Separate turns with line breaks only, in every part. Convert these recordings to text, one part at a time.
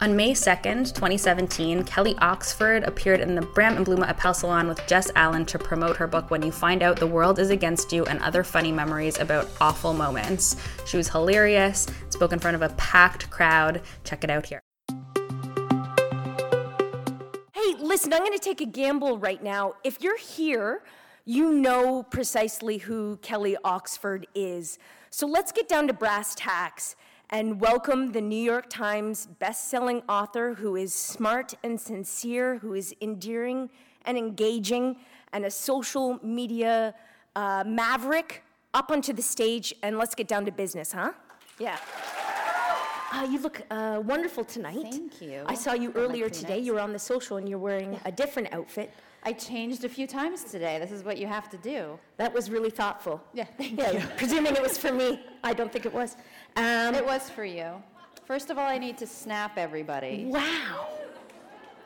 On May 2nd, 2017, Kelly Oxford appeared in the Bram and Bluma Appel Salon with Jess Allen to promote her book When You Find Out the World Is Against You and Other Funny Memories About Awful Moments. She was hilarious, spoke in front of a packed crowd. Check it out here.
Hey, listen, I'm going to take a gamble right now. If you're here, you know precisely who Kelly Oxford is. So let's get down to brass tacks and welcome the New York Times best-selling author who is smart and sincere, who is endearing and engaging, and a social media uh, maverick up onto the stage. And let's get down to business, huh? Yeah. Uh, you look uh, wonderful tonight.
Thank you.
I saw you
I like
earlier today.
Kleenex.
You were on the social and you're wearing a different outfit.
I changed a few times today. This is what you have to do.
That was really thoughtful.
Yeah, thank
yeah,
you.
Presuming it was for me, I don't think it was. Um,
It was for you. First of all, I need to snap everybody
wow.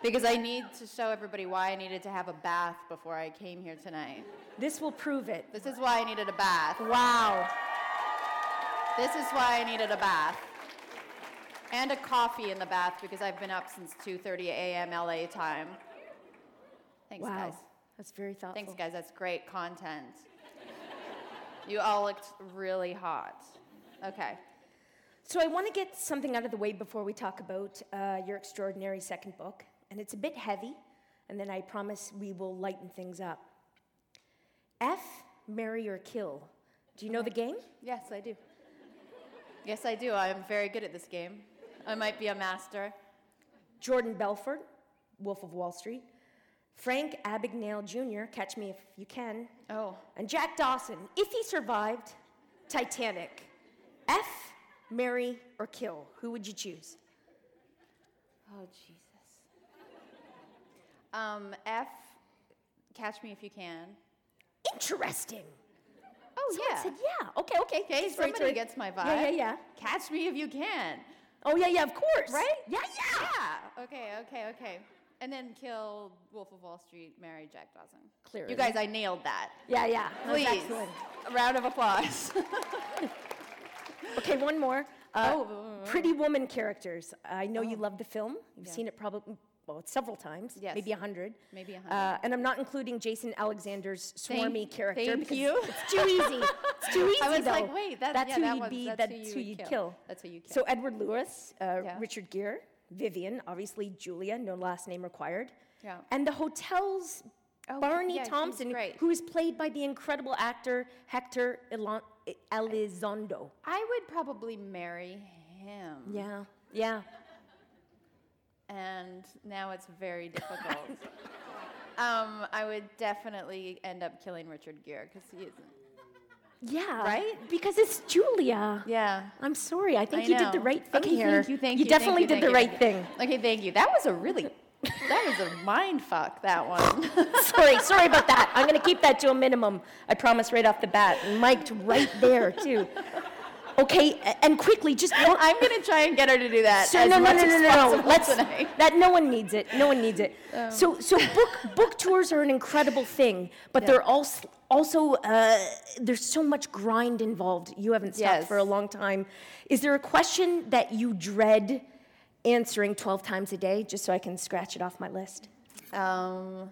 because I need to show everybody why I needed to have a bath before I came here tonight.
This will prove it.
This is why I needed a bath.
Wow.
This is why I needed a bath. And a coffee in the bath because I've been up since 2:30 a.m. LA time. Thanks,
wow.
guys.
That's very thoughtful.
Thanks, guys. That's great content. you all looked really hot. Okay.
So I want to get something out of the way before we talk about uh, your extraordinary second book, and it's a bit heavy, and then I promise we will lighten things up. F, marry or kill. Do you know the game?
Yes, I do. Yes, I do. I am very good at this game. I might be a master.
Jordan Belfort, Wolf of Wall Street. Frank Abagnale Jr., catch me if you can.
Oh.
And Jack Dawson, if he survived, Titanic. F, marry or kill. Who would you choose?
Oh, Jesus. Um, F, catch me if you can.
Interesting.
Oh,
Someone
yeah.
said, yeah. Okay, okay.
Okay,
Just right
somebody
to it.
gets my vibe.
Yeah, yeah, yeah.
Catch me if you can.
Oh, yeah, yeah, of course.
Right?
Yeah, yeah.
Yeah. Okay, okay, okay. And then kill Wolf of Wall Street, marry Jack Dawson.
Clearly.
You guys, I nailed that.
Yeah, yeah. That was
Please.
excellent.
A round of applause.
Okay, one more. Uh,
Oh.
Pretty Woman characters. I know you love the film. You've seen it probably well, several times.
Yes.
Maybe a hundred.
Maybe a
Uh,
hundred.
and I'm not including Jason Alexander's
Thank-
swarmy character
thank
because
you.
it's too easy. It's too easy
I was
though.
like, wait, that-
that's
yeah,
who
that
you'd
one-
be.
that's who you would
you'd
kill.
kill.
That's who you
So Edward Lewis, uh,
Yeah.
Richard Gere, Vivian, obviously Julia, no last name required.
Yeah.
And the hotel's
Oh,
Barney
yeah, he's
Thompson,
great.
who is played by the increlible actor Hector Elon- Elizondo.
I would probably marry him.
Yeah, yeah.
and now it's very difficult. um, I would definitely end up killing Richard Gere because he isn't.
Yeah.
Right?
Because it's Julia.
Yeah.
I'm sorry. I think
I
you did the
know.
right thing
okay,
here.
Thank you, thank you.
you
thank
definitely did
thank
the
you,
right
thank
thing.
you. Okay, thank you. That was a really, that was a mind fuck, that one.
sorry, sorry about that. I'm going to keep that to a minimum. I promise right off the bat. Mic'd right there, too. Okay, a- and quickly, just one.
I'm going to try and get her to do that.
So
as
no, no,
much
no,
as
no, no, no.
possible
Let's
tonight. Oh.
that no one needs it. No one needs it. so so book book tours are an incredible thing, but they're also also uh, there's so much grind involved. You haven't stopped
Yes.
for a long time. Is there a question that you dread answering 12 times a day, just so I can scratch it off my list?
Um,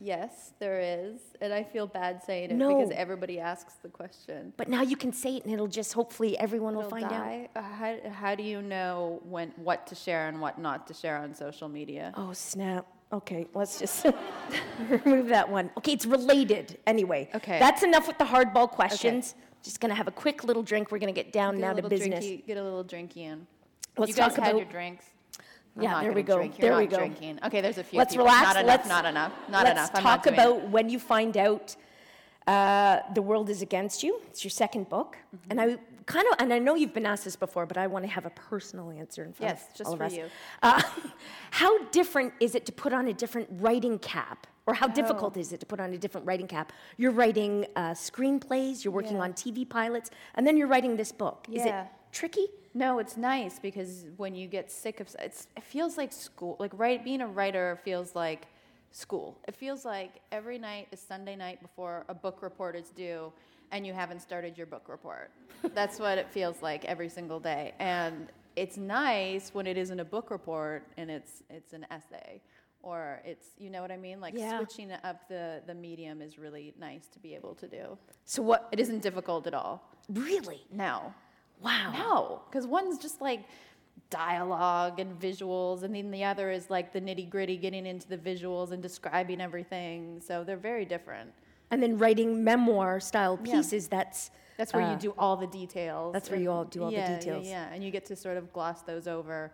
yes, there is. And I feel bad saying it
No.
because everybody asks the question.
But now you can say it, and it'll just hopefully everyone will
It'll
find out.
die. Uh, How, how do you know when what to share and what not to share on social media?
Oh, snap. Okay, let's just remove that one. Okay, it's related anyway.
Okay.
That's enough with the hardball questions. Just gonna have a quick little drink. We're gonna get down
Get a
now to
little
business.
Drinky, get a little drinky in.
Let's
you guys
talk
had
about-
your drinks.
Yeah,
not
there we
gonna
go.
Drink. You're
There
not
we go.
Drinking. Okay, there's a few.
Let's
people.
relax.
Not enough.
let's,
not enough. Not
let's
enough. I'm not
talk
doing it.
about when you find out uh, the world is against you. It's your second book,
Mm-hmm.
and I kind of and I know you've been asked this before, but I want to have a personal answer in front
Yes,
of
just
all of
for
us.
you.
Uh, how different is it to put on a different writing cap? Or how
Oh.
difficult is it to put on a different writing cap? You're writing uh, screenplays, you're working
Yeah.
on TV pilots, and then you're writing this book. Is it
Yeah.
tricky?
No, it's nice because when you get sick of s- it's, it feels like school. Like right, being a writer feels like school. It feels like every night is Sunday night before a book report is due, and you haven't started your book report. That's what it feels like every single day, and it's nice when it isn't a book report and it's it's an essay or it's you know what I mean. Like
Yeah.
switching up the the medium is really nice to be able to do.
So what?
It isn't difficult at all.
Really?
No,
Wow.
no, because one's just like dialogue and visuals, and then the other is like the nitty gritty, getting into the visuals and describing everything. So they're very different.
And then writing memoir style
Yeah.
pieces. That's
That's where
uh,
you do all the details.
that's where you all do all the
Yeah, yeah,
details.
Yeah, and you get to sort of gloss those over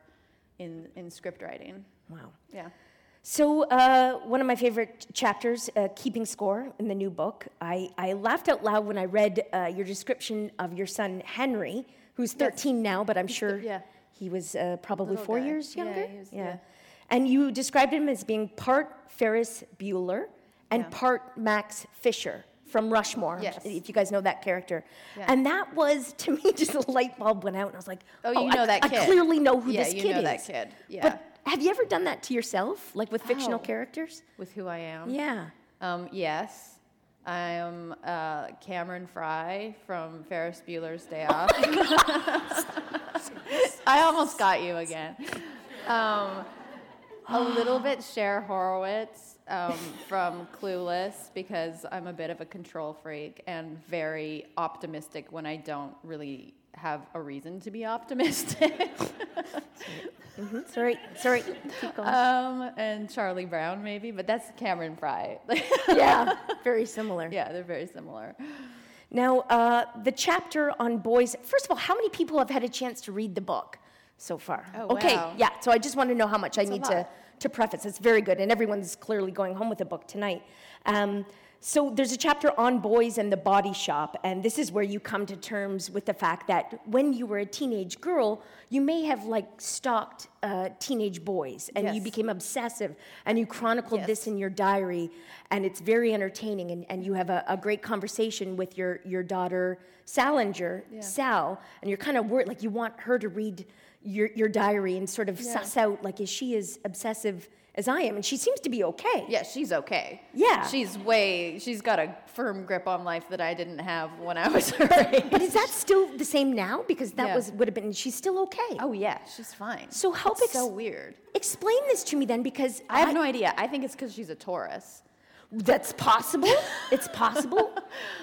in in script writing.
Wow.
Yeah.
So uh, one of my favorite chapters, uh, keeping score in the new book. I, I laughed out loud when I read uh, your description of your son Henry, who's 13 now, but I'm sure
yeah.
he was uh, probably
Little
four
guy.
years
Yeah,
younger.
he was- yeah.
And you described him as being part Ferris Bueller and part Max Fisher from Rushmore.
Yes.
If you guys know that character.
Yeah.
And that was to me just a light bulb went out, and I was like,
Oh, you
I-
know that
I
kid.
clearly know who
Yeah,
this
you
kid
know
is.
that kid. Yeah.
But have you ever done that to yourself, like with fictional
Oh.
characters?
With who I am.
Yeah.
Um, yes. I'm uh, Cameron Fry from Ferris Bueller's Day Off. I almost got you again. Um, a little bit Cher Horowitz um, from Clueless because I'm a bit of a control freak and very optimistic when I don't really have a reason to be optimistic.
Sorry. Sorry. Keep going.
um, and Charlie Brown maybe, but that's Cameron Fry.
yeah. Very similar.
yeah, they're very similar.
Now, uh, the chapter on boys. First of all, how many people have had a chance to read the book so far?
Oh,
okay.
wow.
Yeah. So I just want to know how much I
a
need to
lot.
to preface. It's very good, and everyone's clearly going home with a book tonight. Um, so there's a chapter on boys and the body shop, and this is where you come to terms with the fact that when you were a teenage girl, you may have like stalked uh, teenage boys, and you
Yes.
became obsessive, and you chronicled
Yes.
this in your diary, and it's very entertaining, and, and you have a, a great conversation with your your daughter Salinger, Sal, and you're kind of worried, like you want her to read your your diary and sort of suss out, like is she as obsessive as I am, and she seems to be okay.
Yeah, she's okay.
Yeah.
She's way, she's got a firm grip on life that I didn't have when I was her age.
But is that still the same now? Because that
Yeah.
was would have been she's still okay.
Oh, yeah, she's fine.
So help
It's so
ex-
weird.
Explain this to me then, because
I have no idea. I think it's because she's a Taurus.
that's possible. it's possible.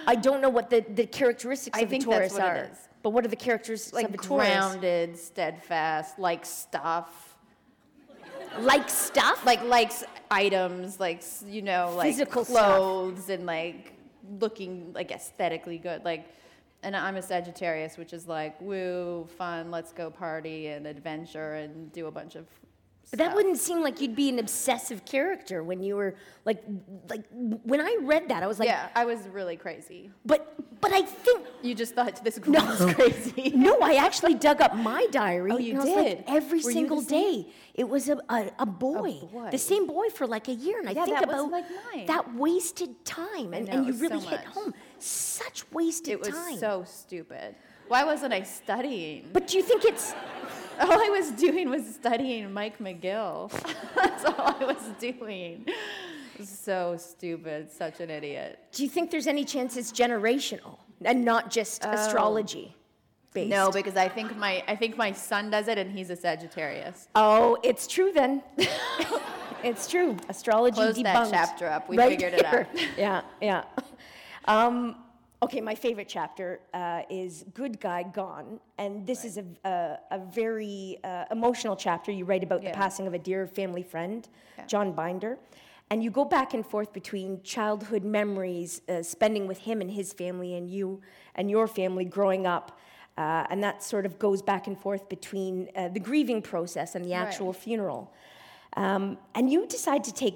I don't know what the, the characteristics
I
of
think
a Taurus
that's what
are.
it is.
But what are the characteristics
Like
of a Taurus?
grounded, steadfast, like stuff,
Like stuff?
like likes items, like s- you know, like
Physical stuff.
clothes and like looking like aesthetically good, like. And I'm a Sagittarius, which is like woo, fun, let's go party and adventure and do a bunch of.
But that
stuff.
wouldn't seem like you'd be an obsessive character when you were like, like when I read that, I was like,
yeah, I was really crazy.
but, but I think
You just thought this girl
no,
was crazy.
no, I actually dug up my diary.
Oh, you
and I was
did?
Like, every
Were you the
single
same?
day, it was a, a, a, boy,
boy.
the same boy for like a year, and I
Yeah,
think
that was
about
like mine.
that wasted time, and, and
know, it
you
was so
really hit
much.
home. Such wasted
It was
time.
so stupid. Why wasn't I studying?
but do you think it's?
All I was doing was studying Mike McGill. That's all I was doing. So stupid, such an idiot.
Do you think there's any chance it's generational and not just astrology? Based?
Oh. No, because I think my I think my son does it and he's a Sagittarius.
Oh, it's true then. it's true. Astrology
Close
debunked.
that chapter up. We figured it out.
it out. yeah, yeah. Um, okay, my favorite chapter uh, is "Good Guy Gone," and this is a, a, a very uh, emotional chapter. You write about the
Yeah.
passing of a dear family friend, John Binder. And you go back and forth between childhood memories, uh, spending with him and his family, and you and your family growing up. Uh, and that sort of goes back and forth between uh, the grieving process and the actual funeral. Um, and you decide to take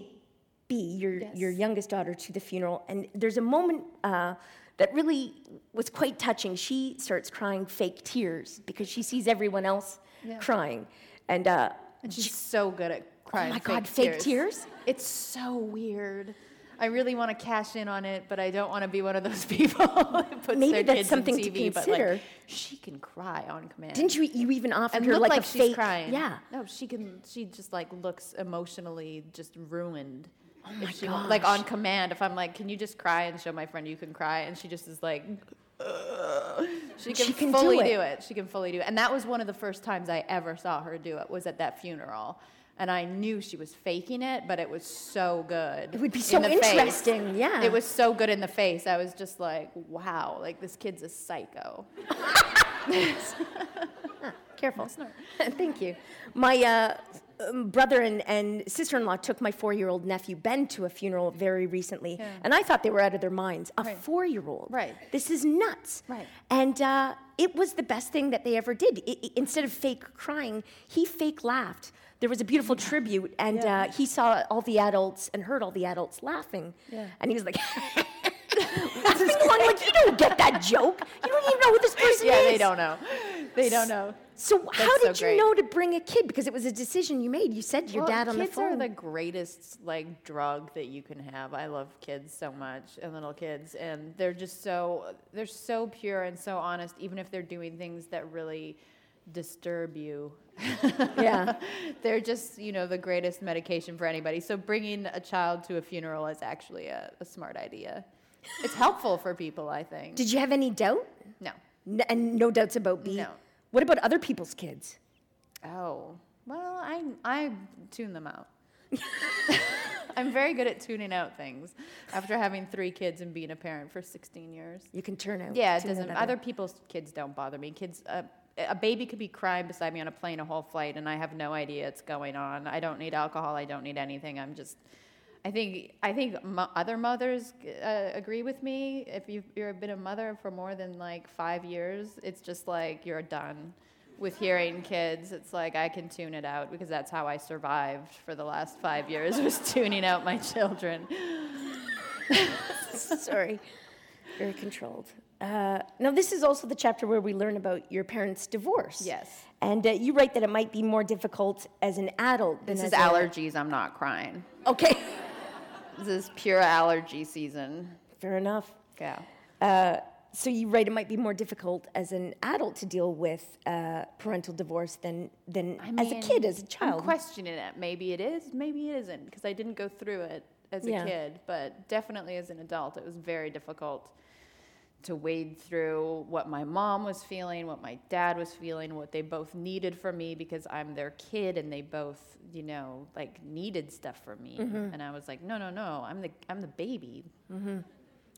B, your your youngest daughter, to the funeral, and there's a moment uh, that really was quite touching. She starts crying fake tears because she sees everyone else crying, and uh,
And she's so good at crying.
my God, fake tears?
It's so weird. I really want to cash in on it, but I don't want to be one of those people that puts
Maybe
their
that's
kids
something
in
to
TV, but
consider.
like she can cry on command.
didn't you you even offered
and
her
look
like,
like,
a
she's
fake
crying.
Yeah,
No, she can. She just like looks emotionally just ruined. Oh my she, wa- Like on command, if I'm like, can you just cry and show my friend you can cry, and she just is like, "Ugh." She can,
She can do
fully
it.
She can fully do it. And that was one of the first times I ever saw her do it was at that funeral. And I knew she was faking it, but it was so good.
It would be
in
so
the face.
interesting, yeah.
It was so good in the face. I was just like, wow, like this kid's a psycho.
Careful. Thank you. My uh, um, brother and, and sister in law took my four year old nephew Ben to a funeral very recently,
Yeah.
and I thought they were out of their minds. A
Right.
four year old.
Right.
This is nuts.
Right.
And uh, it was the best thing that they ever did. I i- instead of fake crying, he fake laughed. There was a beautiful tribute, and
Yeah.
uh, he saw all the adults and heard all the adults laughing.
Yeah.
And he was like, laughing along like, you don't get that joke. You don't even know who this person
yeah,
is.
they don't know. They don't know.
So how
so
did you
great.
know to bring a kid? Because it was a decision you made. You said to your
Well,
dad on the
kids
phone.
are the greatest like drug that you can have. I love kids so much and little kids, and they're just so they're so pure and so honest, even if they're doing things that really disturb you.
Yeah.
they're just you know the greatest medication for anybody. So bringing a child to a funeral is actually a, a smart idea. It's helpful for people, I think.
did you have any doubt?
no.
N- and no doubts about B.
No.
What about other people's kids?
Oh well, I I tune them out. I'm very good at tuning out things after having three kids and being a parent for 16 years.
You can turn out.
Yeah, it
to
doesn't.
another.
Other people's kids don't bother me. Kids, uh, a baby could be crying beside me on a plane a whole flight, and I have no idea it's going on. I don't need alcohol. I don't need anything. I'm just. I think I think mo- other mothers uh, agree with me. If you've you've been a mother for more than like five years, it's just like you're done with hearing kids. It's like I can tune it out because that's how I survived for the last five years was tuning out my children.
Sorry. Very controlled. Uh, now, this is also the chapter where we learn about your parents' divorce.
Yes.
And uh, you write that it might be more difficult as an adult than as
This is
a-
allergies. I'm not crying.
Okay.
This is pure allergy season.
Fair enough.
Yeah.
So you write it might be more difficult as an adult to deal with uh, parental divorce than than as a kid, as a child.
I'm questioning it. Maybe it is, maybe it isn't, because I didn't go through it as
Yeah.
a kid, but definitely as an adult, it was very difficult to wade through what my mom was feeling, what my dad was feeling, what they both needed from me because I'm their kid and they both, you know, like needed stuff from me.
Mm-hmm.
And I was like, no, no, no, I'm the I'm the baby.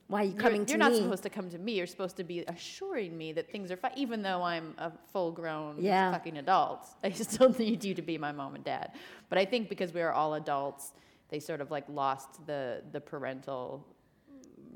Why are you
You're-
coming
you're,
to
not
me?
supposed to come to me you're supposed to be assuring me that things are fine even though i'm a full grown
Yeah.
fucking adult i still need you to be my mom and dad but i think because we are all adults they sort of like lost the the parental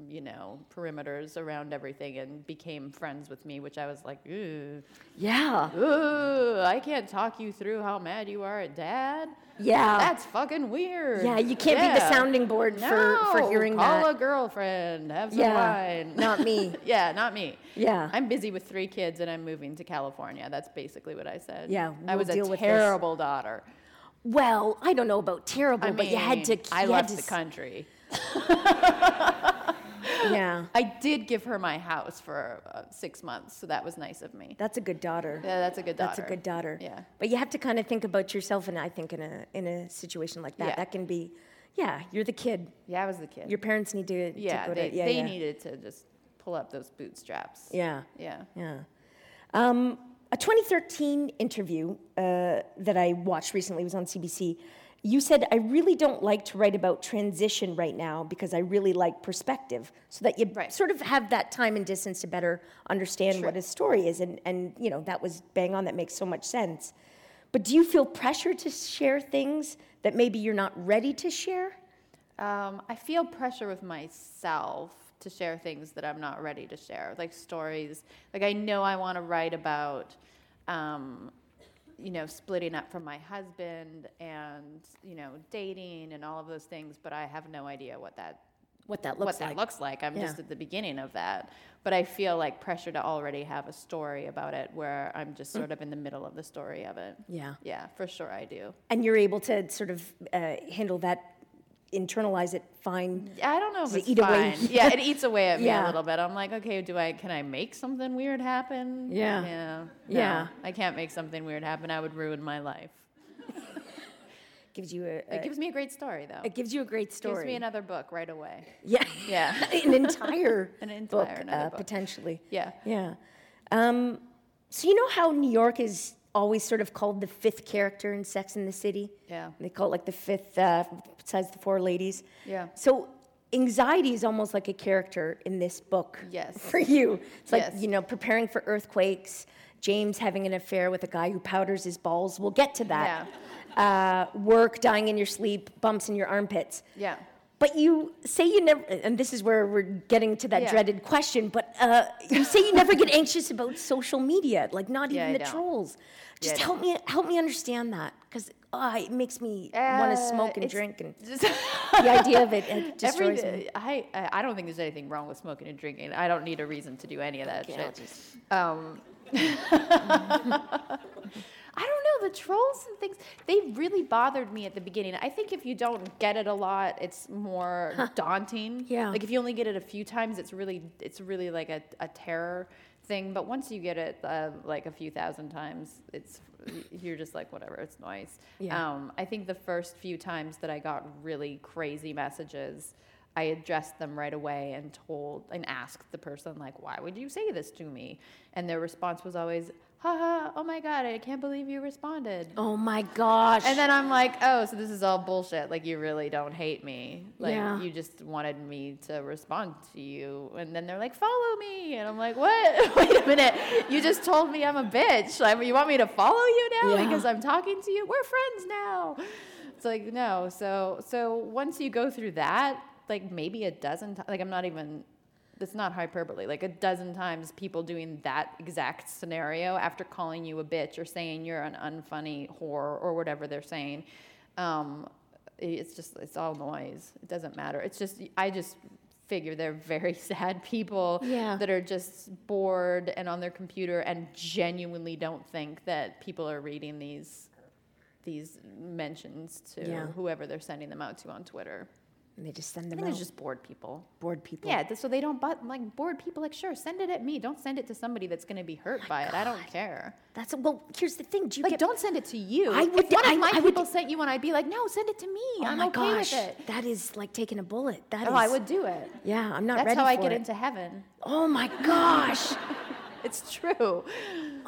you know perimeters around everything and became friends with me which i was like ooh,
yeah,
ooh i can't talk you through how mad you are at dad
yeah,
that's fucking weird
Oh. yeah. You can't be the
Yeah.
sounding board for for
No,
hearing
call
that.
a girlfriend have some
yeah,
wine
not me.
yeah, not me.
Yeah.
I'm busy with three kids and I'm moving to California. That's basically what I said.
Yeah,
I
we'll
was
deal
a
with this.
terrible daughter.
Well, I don't know about terrible,
I
but you had to.
mean, I
you had
left
to
the country.
s- Yeah,
I did give her my house for uh, six months, so that was nice of me.
that's a good daughter.
Yeah, that's a good daughter.
That's a good daughter.
Yeah.
But you have to kind of think about yourself, and I think in a in a situation like that,
Yeah.
that can be. Yeah, you're the kid.
Yeah, I was the kid.
Your parents need to, to
yeah,
go
they,
to yeah
they
yeah.
needed to just pull up those bootstraps.
yeah.
Yeah.
Yeah. Um, a 2013 interview uh, that I watched recently was on CBC. You said, I really don't like to write about transition right now because I really like perspective, so that you
Right.
sort of have that time and distance to better understand what
Sure.
a story is. And, and, you know, that was bang on, that makes so much sense. But do you feel pressure to share things that maybe you're not ready to share?
Um, I feel pressure with myself to share things that I'm not ready to share, like stories. Like I know I want to write about, um, you know, splitting up from my husband and you know dating and all of those things, but I have no idea what that
What that
what
looks
that
like.
looks like. I'm just
Yeah.
at the beginning of that, but I feel like pressure to already have a story about it, where I'm just sort of in the middle of the story of it.
Mm. Yeah.
Yeah, for sure I do.
And you're able to sort of uh, handle that, internalize it, fine.
I don't know if
Does it
it's
eat away?
fine. Yeah, it eats away at me
Yeah.
a little bit. I'm like, okay, do I? Can I make something weird happen?
Yeah.
yeah, No,
Yeah.
I can't make something weird happen. I would ruin my life.
Gives you a,
It gives me a great story though.
It gives you a great story.
gives me another book right away.
yeah,
Yeah.
an entire
An
book, uh,
entire another book.
potentially.
Yeah.
yeah. Um, so you know how New York is always sort of called the fifth character in Sex in the City?
Yeah.
They call it like the fifth, uh, besides the four ladies.
Yeah.
So anxiety is almost like a character in this book.
Yes.
For you. It's like,
Yes.
you know, preparing for earthquakes, James having an affair with a guy who powders his balls. We'll get to that. Uh, work, dying in your sleep, bumps in your armpits.
Yeah.
But you say you never, and this is where we're getting to that
Yeah.
dreaded question. But uh, you say you never get anxious about social media, like not
Yeah,
even
I
the
don't.
trolls. Just
I
help me, help me understand that, because it makes me want to
Uh,
smoke and
it's
drink, and
Just
the idea of it, it
Every
destroys me.
day- I, I I don't think there's anything wrong with smoking and drinking. I don't need a reason to do any of that
Okay, I'll
shit. Um, I don't know the trolls and things. They really bothered me at the beginning. I think if you don't get it a lot, it's more daunting.
Yeah.
Like if you only get it a few times, it's really it's really like a, a terror thing. But once you get it uh, like a few thousand times, it's you're just like whatever. It's nice.
Yeah.
Um, I think the first few times that I got really crazy messages, I addressed them right away and told and asked the person like, "Why would you say this to me?" And their response was always, "Haha! Oh my god! I can't believe you responded."
Oh my gosh!
And then I'm like, "Oh, so this is all bullshit. Like you really don't hate me. Like
Yeah.
you just wanted me to respond to you." And then they're like, "Follow me." And I'm like, "What? Wait a minute. You just told me I'm a bitch. Like you want me to follow you now
Yeah.
because I'm talking to you? We're friends now." It's like, "No." So so once you go through that, like maybe a dozen times, like I'm not even that's not hyperbole. Like a dozen times, people doing that exact scenario after calling you a bitch or saying you're an unfunny whore or whatever they're saying. Um, i- it's just, it's all noise. It doesn't matter. It's just, I just figure they're very sad people
Yeah.
that are just bored and on their computer and genuinely don't think that people are reading these these mentions to
Yeah.
whoever they're sending them out to on Twitter.
And they just send
I
them
think
out.
it's just bored people.
bored people.
Yeah, th- so they don't but like bored people like sure, send it at me. Don't send it to somebody that's going to be hurt by it. I don't care.
That's well. Here's the thing. Do you
Like
get?
don't send it to you.
I
If
would-
one
I-
of my
I would-
people sent you one, I'd be like, "No, send it to me.
oh
I'm
my
okay
gosh!
with it."
That is like taking a bullet. That is.
Oh, I would do it.
Yeah, I'm not
That's
ready
how I
for
get
it.
into heaven.
Oh my gosh!
It's true.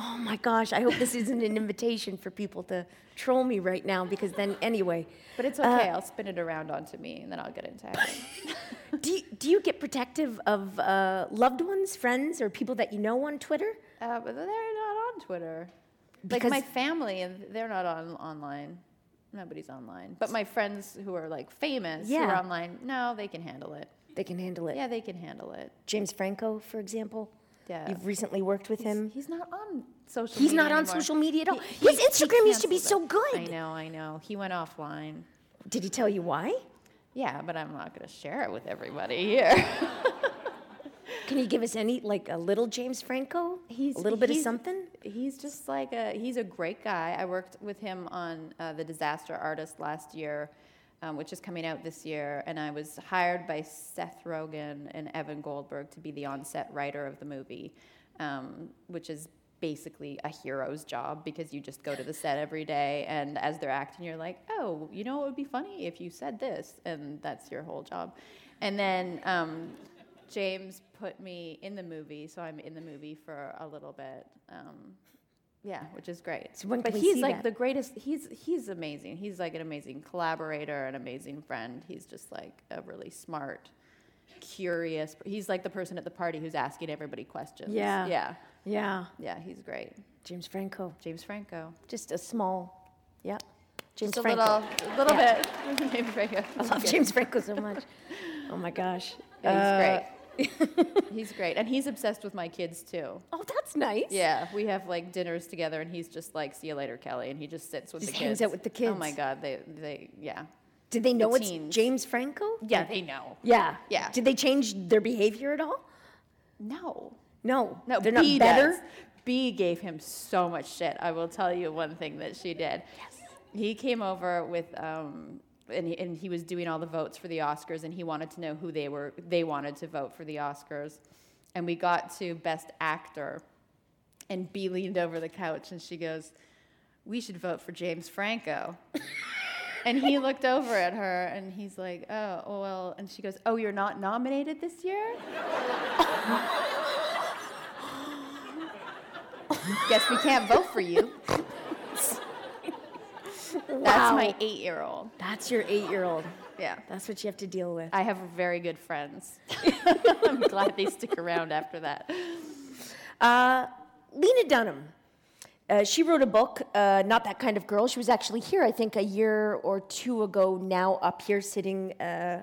Oh my gosh, I hope this isn't an invitation for people to troll me right now because then, anyway.
But it's okay.
Uh,
I'll spin it around onto me and then I'll get into heaven.
Do you, do you get protective of uh, loved ones, friends, or people that you know on Twitter?
uh, but they're not on Twitter.
Because-
like my family and they're not on online. Nobody's online. But my friends who are like famous who are
Yeah.
online, no, they can handle it.
They can handle it.
Yeah, they can handle it.
James Franco, for example.
Yeah.
You've recently worked with him.
He's not on social
He's
media
not on
anymore.
social media at all.
He-
His
he- he
Instagram used to be
canceled
so
it.
good.
I know, I know. He went offline.
Did he tell you why?
Yeah, but I'm not going to share it with everybody here.
Can you give us any, like a little James Franco?
He's
a little bit of
he's-
something?
He's just like a he's a great guy. I worked with him on uh, the Disaster Artist last year, um, which is coming out this year, and I was hired by Seth Rogen and Evan Goldberg to be the on-set writer of the movie, um, which is basically a hero's job because you just go to the set every day and as they're acting you're like oh you know it would be funny if you said this and that's your whole job and then um, James put me in the movie, so I'm in the movie for a little bit. Um, yeah, which is great.
So when
but
can we
he's
see
like
that?
the greatest. He's he's amazing. He's like an amazing collaborator, an amazing friend. He's just like a really smart, curious. He's like the person at the party who's asking everybody questions.
Yeah.
yeah,
Yeah.
yeah. He's great.
James Franco.
James Franco.
Just a small, yeah. James
Just a
Franco.
little, a little
Yeah.
bit. James Franco.
I love James Franco so much. Oh my gosh.
Yeah,
Uh,
he's great. he's great, and he's obsessed with my kids too.
Oh, that's nice.
Yeah, we have like dinners together, and he's just like, "See you later, Kelly," and he just sits with
Just
the kids.
hangs out with the
Oh my
kids.
god, they they yeah
Did they know it's
teens.
James Franco?
yeah they know
Yeah.
Yeah.
Did they change their behavior at all?
no
No.
no
They're not
B
better.
does. B gave him so much shit. I will tell you one thing that she did. Yes. He came over with um and he, and he was doing all the votes for the Oscars, and he wanted to know who they were they wanted to vote for the Oscars, and we got to Best Actor. And B leaned over the couch and she goes, We should vote for James Franco. and he looked over at her and he's like, Oh, well. And she goes, Oh, you're not nominated this year? Guess we can't vote for you. That's my eight year old.
That's your eight year old.
Yeah.
That's what you have to deal with.
I have very good friends. I'm glad they stick around after that.
Uh, Lena Dunham. Uh, she wrote a book, uh, Not That Kind of Girl. She was actually here, I think, a year or two ago now, up here sitting uh, uh,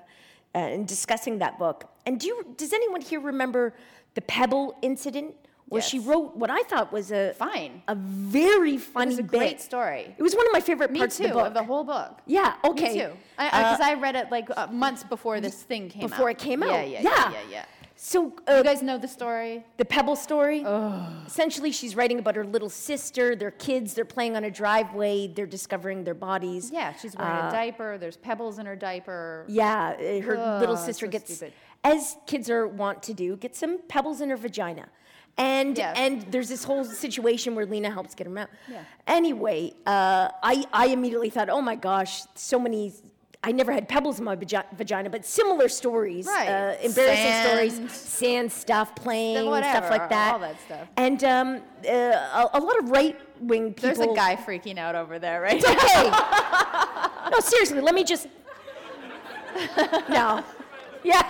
and discussing that book. And do you, does anyone here remember the Pebble incident? Where she
Yes.
wrote what I thought was a
Fine.
a very funny
a
bit.
great story.
It was one of my favorite
Me
parts
too,
of the book.
whole book.
yeah, okay.
Me too. Because I, read it like uh, months before this thing came out.
before it came
Yeah,
out.
yeah,
Yeah.
yeah, yeah. yeah.
So uh,
You guys know the story?
the pebble story essentially she's writing about her little sister their kids they're playing on a driveway they're discovering their bodies
Yeah, she's wearing
Uh,
a diaper. There's pebbles in her diaper.
yeah uh, her little
Ugh,
sister
so
gets
stupid.
as kids are wont to do get some pebbles in her vagina and
Yes.
and there's this whole situation where Lena helps get him out.
Yeah.
Anyway, uh, I I immediately thought, oh my gosh, so many. I never had pebbles in my vagi- vagina, but similar stories,
Right.
uh, embarrassing
Sand.
stories, sand stuff, playing stuff
whatever,
like that,
all that stuff.
and um, uh, a, a lot of right wing people. Um,
There's a guy freaking out over there, right?
It's okay. no, seriously, let me just. No. Yeah.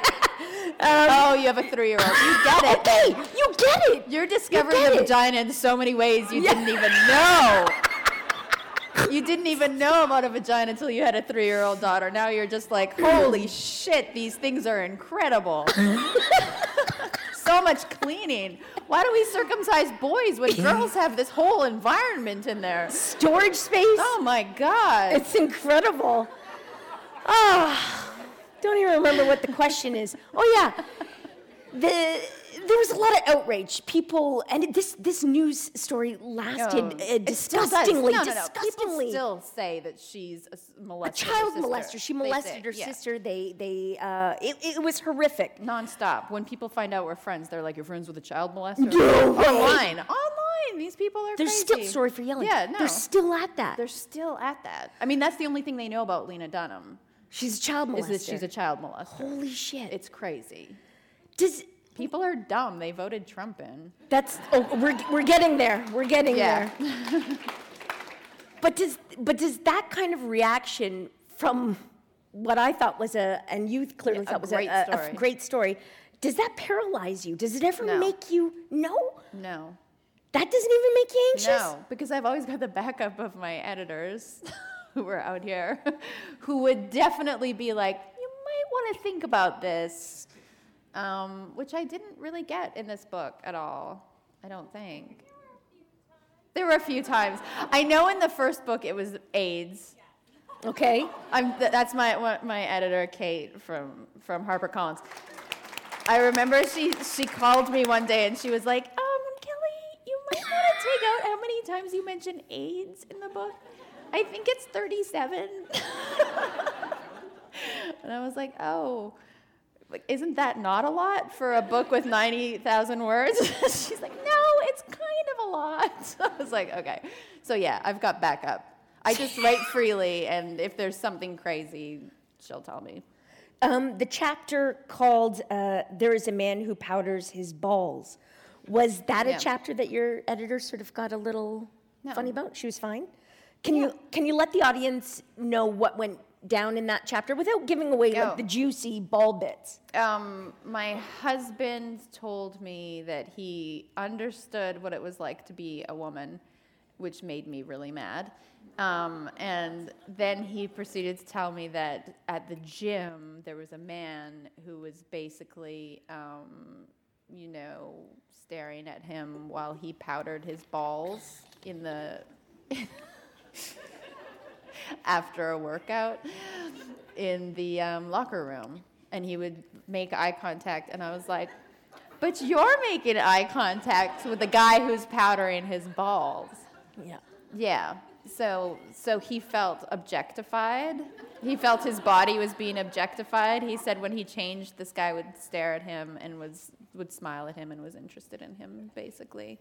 oh, you have a three year old. You get it.
Okay, you get it.
You're discovering
get
the
it.
vagina in so many ways you
Yeah.
didn't even know. You didn't even know about a vagina until you had a three year old daughter. Now you're just like, holy shit, these things are incredible. so much cleaning. Why do we circumcise boys when girls have this whole environment in there?
Storage space.
Oh my God.
It's incredible. Ah, don't even remember what the question is. Oh yeah, the there was a lot of outrage. People and it- this this news story lasted
No,
uh,
it still does.
disgustingly,
No, no, no.
disgustingly.
People still say that she's a s- molester.
a child
her sister.
molester. She
They say,
molested her
yeah.
sister. They they uh, it, it was horrific.
nonstop. When people find out we're friends, they're like, "You're friends with a child molester."
No way.
online, online, these people are.
There's still
crazy.
sorry for yelling.
Yeah, no,
They're still at that.
They're still at that. I mean, that's the only thing they know about Lena Dunham
she's a child molester.
is that she's a child molester.
Holy shit!
It's crazy.
Does
People are dumb. They voted Trump in.
that's oh we're we're getting there. We're getting
Yeah.
there. But does but does that kind of reaction from what I thought was a and you clearly
Yeah, a
thought was
great
a, a- a
story.
great story. Does that paralyze you? Does it ever
No.
make you no?
No.
That doesn't even make you anxious.
No, because I've always got the backup of my editors who were out here who would definitely be like, you might want to think about this, um, which I didn't really get in this book at all, I don't think. There were a few times. I know in the first book it was AIDS.
Okay.
I'm, th- that's my one- my editor Kate from from HarperCollins. I remember she she called me one day and she was like, "Um, Kelly, you might want to take out how many times you mention AIDS in the book. I think it's 37." and I was like, "Oh." Like, isn't that not a lot for a book with 90,000 words? She's like, no, it's kind of a lot. I was like, okay. So, yeah, I've got backup. I just write freely, and if there's something crazy, she'll tell me.
Um, the chapter called uh, "There Is a Man Who Powders His Balls." Was that
Yeah.
a chapter that your editor sort of got a little
No.
funny about? She was fine. Can you can you let the audience know what went down in that chapter without giving away
Go.
like the juicy ball bits?
Um, my husband told me that he understood what it was like to be a woman, which made me really mad. Um, and then he proceeded to tell me that at the gym there was a man who was basically, um, you know, staring at him while he powdered his balls in the after a workout in the um, locker room and he would make eye contact and i was like but you're making eye contact with the guy who's powdering his balls
Yeah.
yeah so so he felt objectified he felt his body was being objectified he said when he changed this guy would stare at him and was would smile at him and was interested in him basically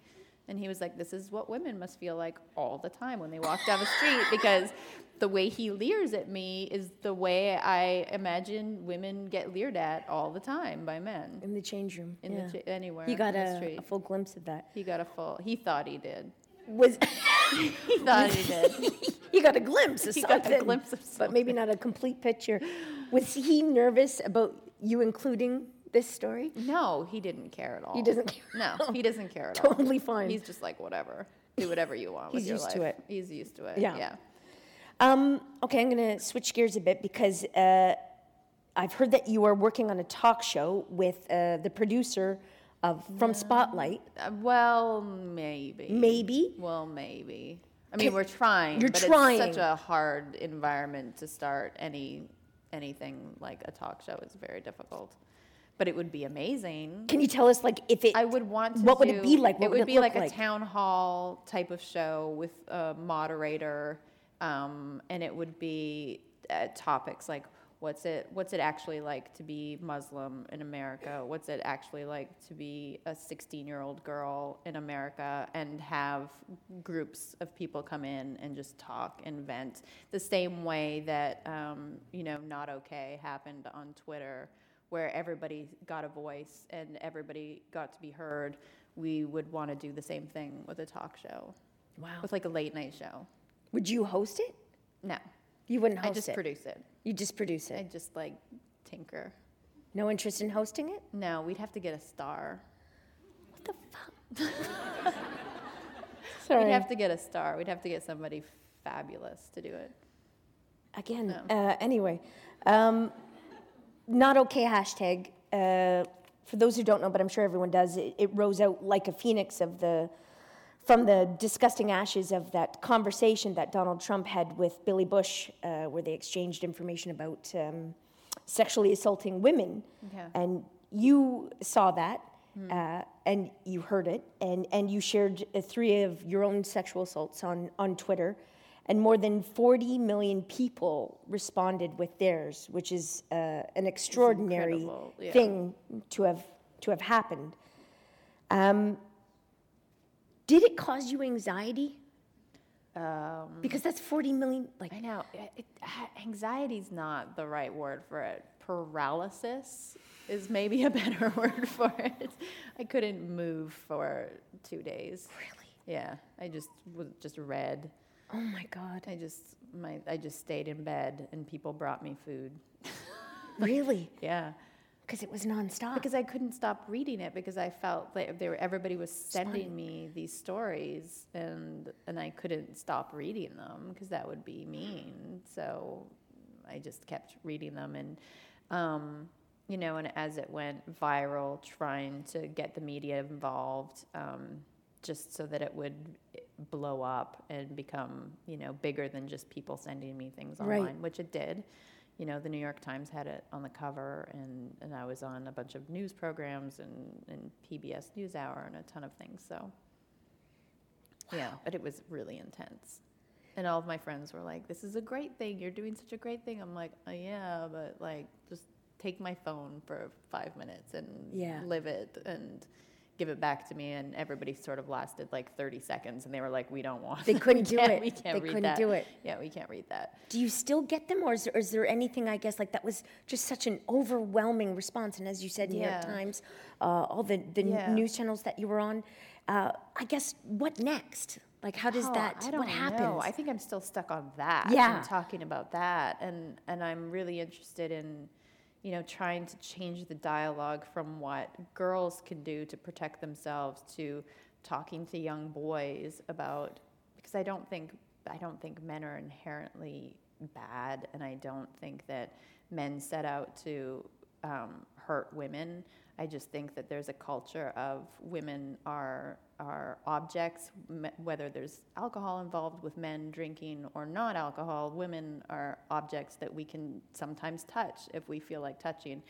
And he was like, This is what women must feel like all the time when they walk down the street because the way he leers at me is the way I imagine women get leered at all the time by men
in the change room.
in the ch- anywhere.
You got
on the
a,
street.
a full glimpse of that.
he got a full. He thought he did.
Was
He thought he did.
you got a glimpse of
He got a
something?
glimpse of
but maybe not a complete picture. Was he nervous about you including this story?
No, he didn't care at all.
He doesn't care.
No, he doesn't care at all.
Totally fine.
He's just like whatever. Do whatever you want
He's
with your
used
life.
to it.
He's used to it.
Yeah.
Yeah.
Um, okay, I'm going to switch gears a bit because uh, I've heard that you are working on a talk show with uh, the producer of From Spotlight.
Uh, well, maybe.
Maybe.
Well, maybe. I mean, we're trying.
You're
but It's
trying.
such a hard environment to start any anything like a talk show is very difficult. But it would be amazing.
Can you tell us, like, if it?
I would want to.
What would it
do-
be like? What
it would, be
look
like, a town hall type of show with a moderator, um, and it would be uh, topics like what's it what's it actually like to be Muslim in America? What's it actually like to be a 16 year old girl in America? And have groups of people come in and just talk and vent the same way that um, you know not okay happened on Twitter where everybody got a voice and everybody got to be heard, we would want to do the same thing with a talk show. Wow. With like a late night show.
Would you host it?
No,
You wouldn't
I
host
just
it.
produce it.
you just produce
I
it.
just like tinker.
No interest in hosting it.
No, we'd have to get a star.
What the fuck? Sorry.
We'd have to get a star. We'd have to get somebody fabulous to do it.
Again. Uh, anyway, um, not okay. Hashtag. Uh, for those who don't know, but I'm sure everyone does, it, it rose out like a phoenix of the from the disgusting ashes of that conversation that Donald Trump had with Billy Bush, uh, where they exchanged information about um, sexually assaulting women,
Yeah. Hmm.
and you saw that. Uh, and you heard it, and, and you shared uh, three of your own sexual assaults on, on Twitter, and more than 40 million people responded with theirs, which is uh, an extraordinary
incredible, yeah.
thing to have to have happened. Um, did it cause you anxiety?
Um,
Because that's 40 million. Like,
I know. It, it, anxiety's not the right word for it. Paralysis is maybe a better word for it. I couldn't move for two days.
really?
Yeah, I just was just read.
Oh my God.
I just my I just stayed in bed and people brought me food.
Really?
Yeah,
Because it was nonstop.
because I couldn't stop reading it because I felt like they were everybody was sending me these stories and and I couldn't stop reading them because that would be mean. So I just kept reading them and um you know and as it went viral trying to get the media involved um just so that it would blow up and become, you know, bigger than just people sending me things
Right.
online, which it did. You know, the New York Times had it on the cover, and, and I was on a bunch of news programs and, and PBS NewsHour and a ton of things. So, yeah, but it was really intense. And all of my friends were like, "This is a great thing. You're doing such a great thing." I'm like, "Uh, "Yeah, but like, just take my phone for five minutes and
Yeah.
live it and give it back to me." And everybody sort of lasted like 30 seconds, and they were like, "We don't want.
They
that.
couldn't
We
do
can't-
it.
We can't
They
read
couldn't
that.
do it.
Yeah, we can't read that.
Do you still get them, or is there, is there anything, I guess, like that was just such an overwhelming response? And as you said, New
Yeah.
York Times, uh, all the, the n-
Yeah.
news channels that you were on, uh, I guess, what next? Like, how does
Oh,
that,
I don't
what happens?
Know. I think I'm still stuck on that.
Yeah.
And talking about that, and and I'm really interested in, you know, trying to change the dialogue from what girls can do to protect themselves to talking to young boys about because I don't think I don't think men are inherently bad, and I don't think that men set out to um, hurt women. I just think that there's a culture of women are are objects, m- whether there's alcohol involved with men drinking or not alcohol. Women are objects that we can sometimes touch if we feel like touching,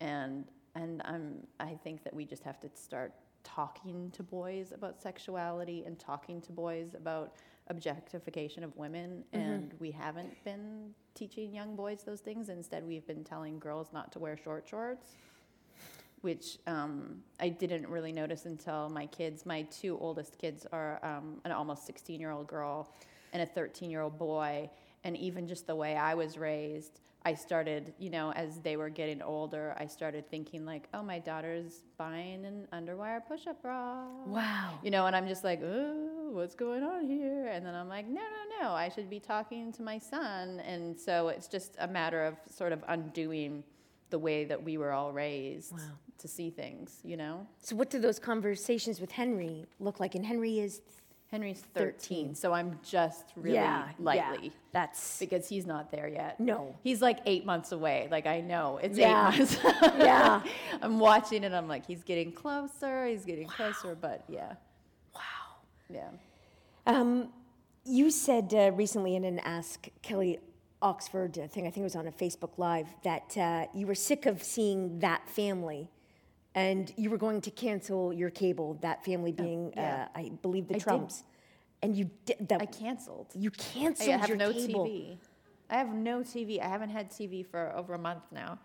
and and I'm I think that we just have to start talking to boys about sexuality and talking to boys about objectification of women and we haven't been teaching young boys those things instead we've been telling girls not to wear short shorts which um, I didn't really notice until my kids. My two oldest kids are um, an almost 16 year old girl and a 13 year old boy. And even just the way I was raised, I started, you know, as they were getting older, I started thinking, like, oh, my daughter's buying an underwire push up bra.
Wow.
You know, and I'm just like, oh, what's going on here? And then I'm like, no, no, no, I should be talking to my son. And so it's just a matter of sort of undoing the way that we were all raised to see things, you know?
So, what do those conversations with Henry look like? And Henry is
Henry's 13, so I'm just really
yeah,
lightly.
Yeah, that's
Because he's not there yet.
No.
He's like eight months away. Like, I know it's
Yeah.
eight months.
Yeah.
I'm watching and I'm like, he's getting closer, he's getting closer, but yeah. Wow. Yeah.
Um, you said uh, recently in an Ask Kelly Oxford uh, thing, I think it was on a Facebook Live, that uh, you were sick of seeing that family and you were going to cancel your cable, that family being,
Oh, yeah.
uh, I believe, the
did.
Trumps. And you did that.
I canceled.
You canceled
I have
your
no
cable.
TV. I have no TV. I haven't had TV for over a month now.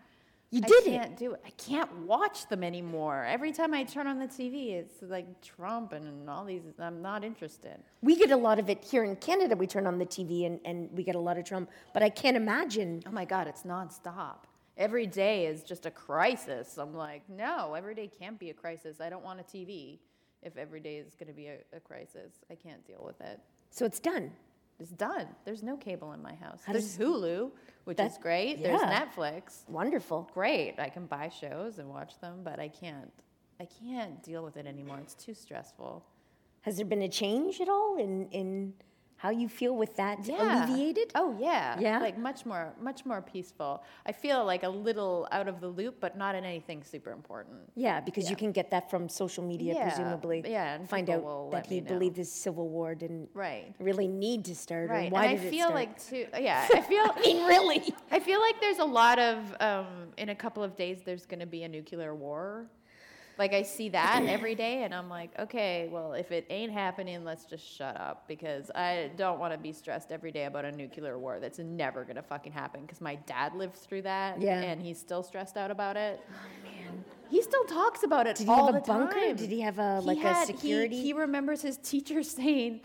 You
I
did it.
can't do it. I can't watch them anymore. Every time I turn on the TV, it's like Trump and all these. I'm not interested.
We get a lot of it here in Canada. We turn on the TV and, and we get a lot of Trump. But I can't imagine.
Oh my God, it's nonstop. Every day is just a crisis. I'm like, no, every day can't be a crisis. I don't want a TV if every day is going to be a, a crisis. I can't deal with it.
So it's done.
It's done. There's no cable in my house.
How
There's
does-
Hulu, which is
That-
great. There's
yeah.
Netflix.
Wonderful.
great. I can buy shows and watch them, but I can't. I can't deal with it anymore. It's too stressful.
Has there been a change at all in, in how you feel with that alleviated?
Oh yeah.
Yeah?
Like much more, much more peaceful. I feel like a little out of the loop, but not in anything super important.
Yeah, because you can get that from social media,
Yeah,
presumably.
yeah, and
find
people
out
will
that
let me
he
know.
believed his civil war didn't
Right.
really need to start. or
Right.
why
and
did
I
it
feel
start?
like too. Yeah. I feel.
I mean, really?
I feel like there's a lot of um, in a couple of days there's going to be a nuclear war. Like I see that every day, and I'm like, okay, well, if it ain't happening, let's just shut up because I don't want to be stressed every day about a nuclear war that's never gonna fucking happen. Because my dad lived through that,
Yeah.
and he's still stressed out about it. Oh man, he still talks about it
Did he
all
have a
the
bunker?
time.
Did he have a- like a
he-
security?
He, remembers his teacher saying,